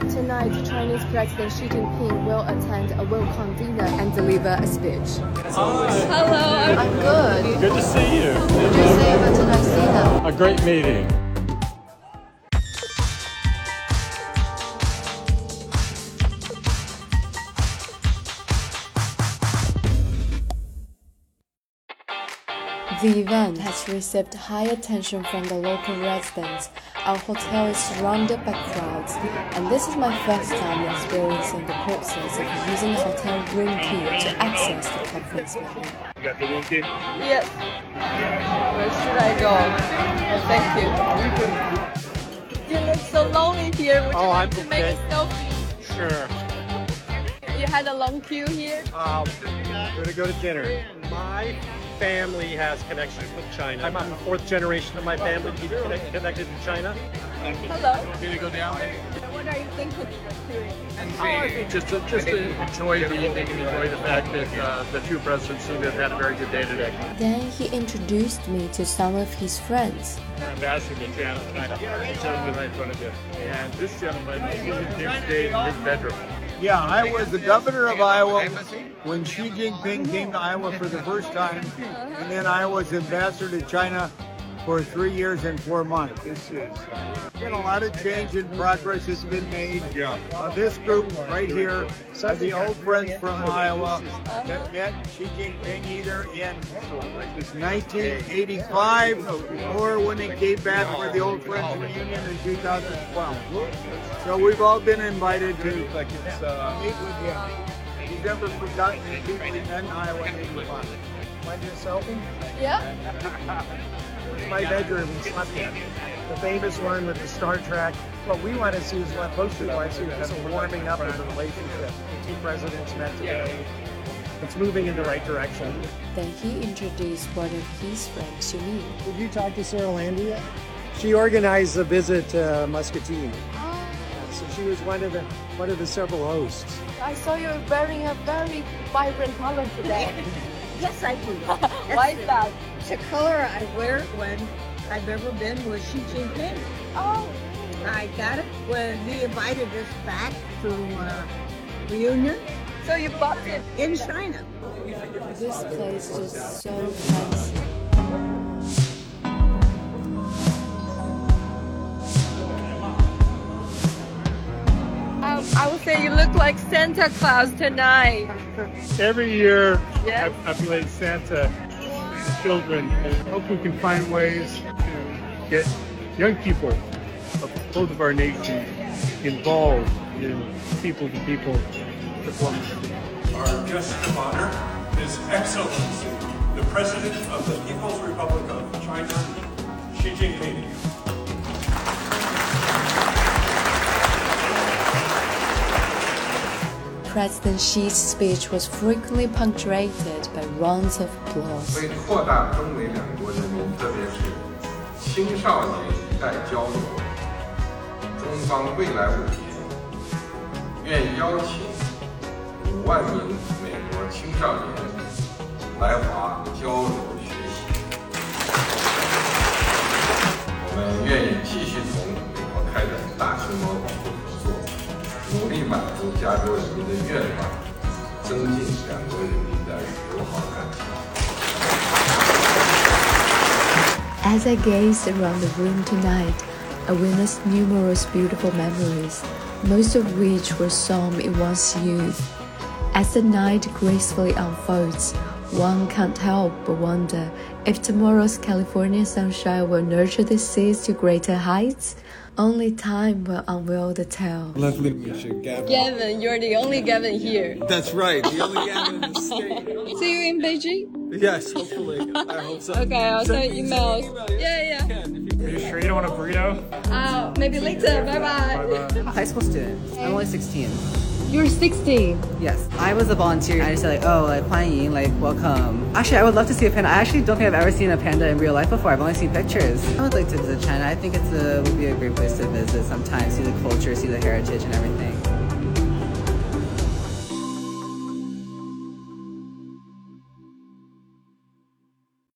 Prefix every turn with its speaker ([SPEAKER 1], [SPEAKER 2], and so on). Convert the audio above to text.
[SPEAKER 1] tonight, Chinese President Xi Jinping will attend a welcome dinner and deliver a speech.
[SPEAKER 2] Hello.
[SPEAKER 1] I'm good.
[SPEAKER 3] Good to see you.
[SPEAKER 1] Did you see the tonight's dinner?
[SPEAKER 3] A great meeting.
[SPEAKER 1] The event has received high attention from the local residents. Our hotel is surrounded by crowds, and this is my first time experiencing the process of using a hotel room key to access the conference room.
[SPEAKER 3] You got the room key?
[SPEAKER 2] Yes. Where should I go? Oh, thank you. You look so lonely here. Would
[SPEAKER 3] Oh,
[SPEAKER 2] you like
[SPEAKER 3] I'm
[SPEAKER 2] to make a
[SPEAKER 3] okay.
[SPEAKER 2] selfie?
[SPEAKER 3] Sure.
[SPEAKER 2] You had a long queue here.
[SPEAKER 3] Um, we're gonna go to dinner. My family has connections with China. I'm, I'm the fourth generation of my family to be connect- connected to China.
[SPEAKER 2] Hello.
[SPEAKER 4] Going to go down
[SPEAKER 2] What are you thinking? of doing?
[SPEAKER 4] and just to, just to enjoy the evening and enjoy the fact that uh, the two presidents seem to have had a very good day today.
[SPEAKER 1] Then he introduced me to some of his friends.
[SPEAKER 4] ambassador to China, China, gentleman right in front of you. And this gentleman, he stayed in his bedroom.
[SPEAKER 5] Yeah, I was the governor of Iowa when Xi Jinping came to Iowa for the first time, and then I was ambassador to China for three years and four months. This is been a lot of change and progress has been made. Yeah. this group right here are the old friends from Iowa that met Xi Jinping either in 1985 or when they came back for the old friends reunion in 2012. So we've all been invited to meet with him. He's never forgotten the people he met in Iowa 85. Want to do a selfie?
[SPEAKER 2] Yeah.
[SPEAKER 5] My bedroom and slept in. The famous one with the Star Trek. What we want to see is what most people want to see is a warming up of the relationship. The two presidents met today. It's moving in the right direction.
[SPEAKER 1] Then he introduced one of his friends to me.
[SPEAKER 5] Did you talk to Sarah Landy yet? She organized the visit to Muscatine. So she was one of the one of the several hosts.
[SPEAKER 1] I saw you wearing a very vibrant color today.
[SPEAKER 6] Yes, I do.
[SPEAKER 2] Why is that?
[SPEAKER 6] That's The color I wear when I've ever been was Xi Jinping.
[SPEAKER 2] Oh.
[SPEAKER 6] I got it when he invited us back to uh, reunion
[SPEAKER 2] So you bought it.
[SPEAKER 6] in China.
[SPEAKER 1] This place is just so fancy.
[SPEAKER 2] Um, I would say you look like Santa Claus tonight.
[SPEAKER 4] Every year,
[SPEAKER 2] Yes.
[SPEAKER 4] I populate Santa with children and hope we can find ways to get young people of both of our nations involved in people to people diplomacy.
[SPEAKER 7] Our guest of honor, His Excellency, the President of the People's Republic of China, Xi Jinping.
[SPEAKER 1] President Xi's speech was frequently punctuated by rounds of
[SPEAKER 8] 所
[SPEAKER 1] applause.
[SPEAKER 8] 以扩大中美两国人民，特别是青少年一代交流，中方未来五年愿邀请五万名美国青少年来华交流学习。我们愿意继续从美国开展大规模网络合作，努力满足加州人民的愿望，增进两国人民的友好感情。
[SPEAKER 1] As I gazed around the room tonight, I witnessed numerous beautiful memories, most of which were sown in one's youth. As the night gracefully unfolds, one can't help but wonder if tomorrow's California sunshine will nurture the seeds to greater heights. Only time will unveil the tale.
[SPEAKER 9] Lovely to meet you, Gavin.
[SPEAKER 2] Gavin, you're the only Gavin here.
[SPEAKER 9] That's right, the only Gavin in the state.
[SPEAKER 2] See you in Beijing.
[SPEAKER 9] Yes, hopefully. I hope so.
[SPEAKER 2] Okay, I'll
[SPEAKER 9] Send
[SPEAKER 2] send you
[SPEAKER 9] me-
[SPEAKER 2] emails.
[SPEAKER 9] send me an email,
[SPEAKER 2] Yeah, yeah.
[SPEAKER 9] yes, you can, if you-
[SPEAKER 4] Sure you don't want a burrito?
[SPEAKER 2] Uh, maybe later. Bye bye.
[SPEAKER 10] high school student. I'm only 16.
[SPEAKER 2] You're 16.
[SPEAKER 10] Yes. I was a volunteer. I just said like, oh, like, 欢迎, like, welcome. Actually, I would love to see a panda. I actually don't think I've ever seen a panda in real life before. I've only seen pictures. I would like to visit China. I think it's a, would be a great place to visit sometime, see the culture, see the heritage and everything.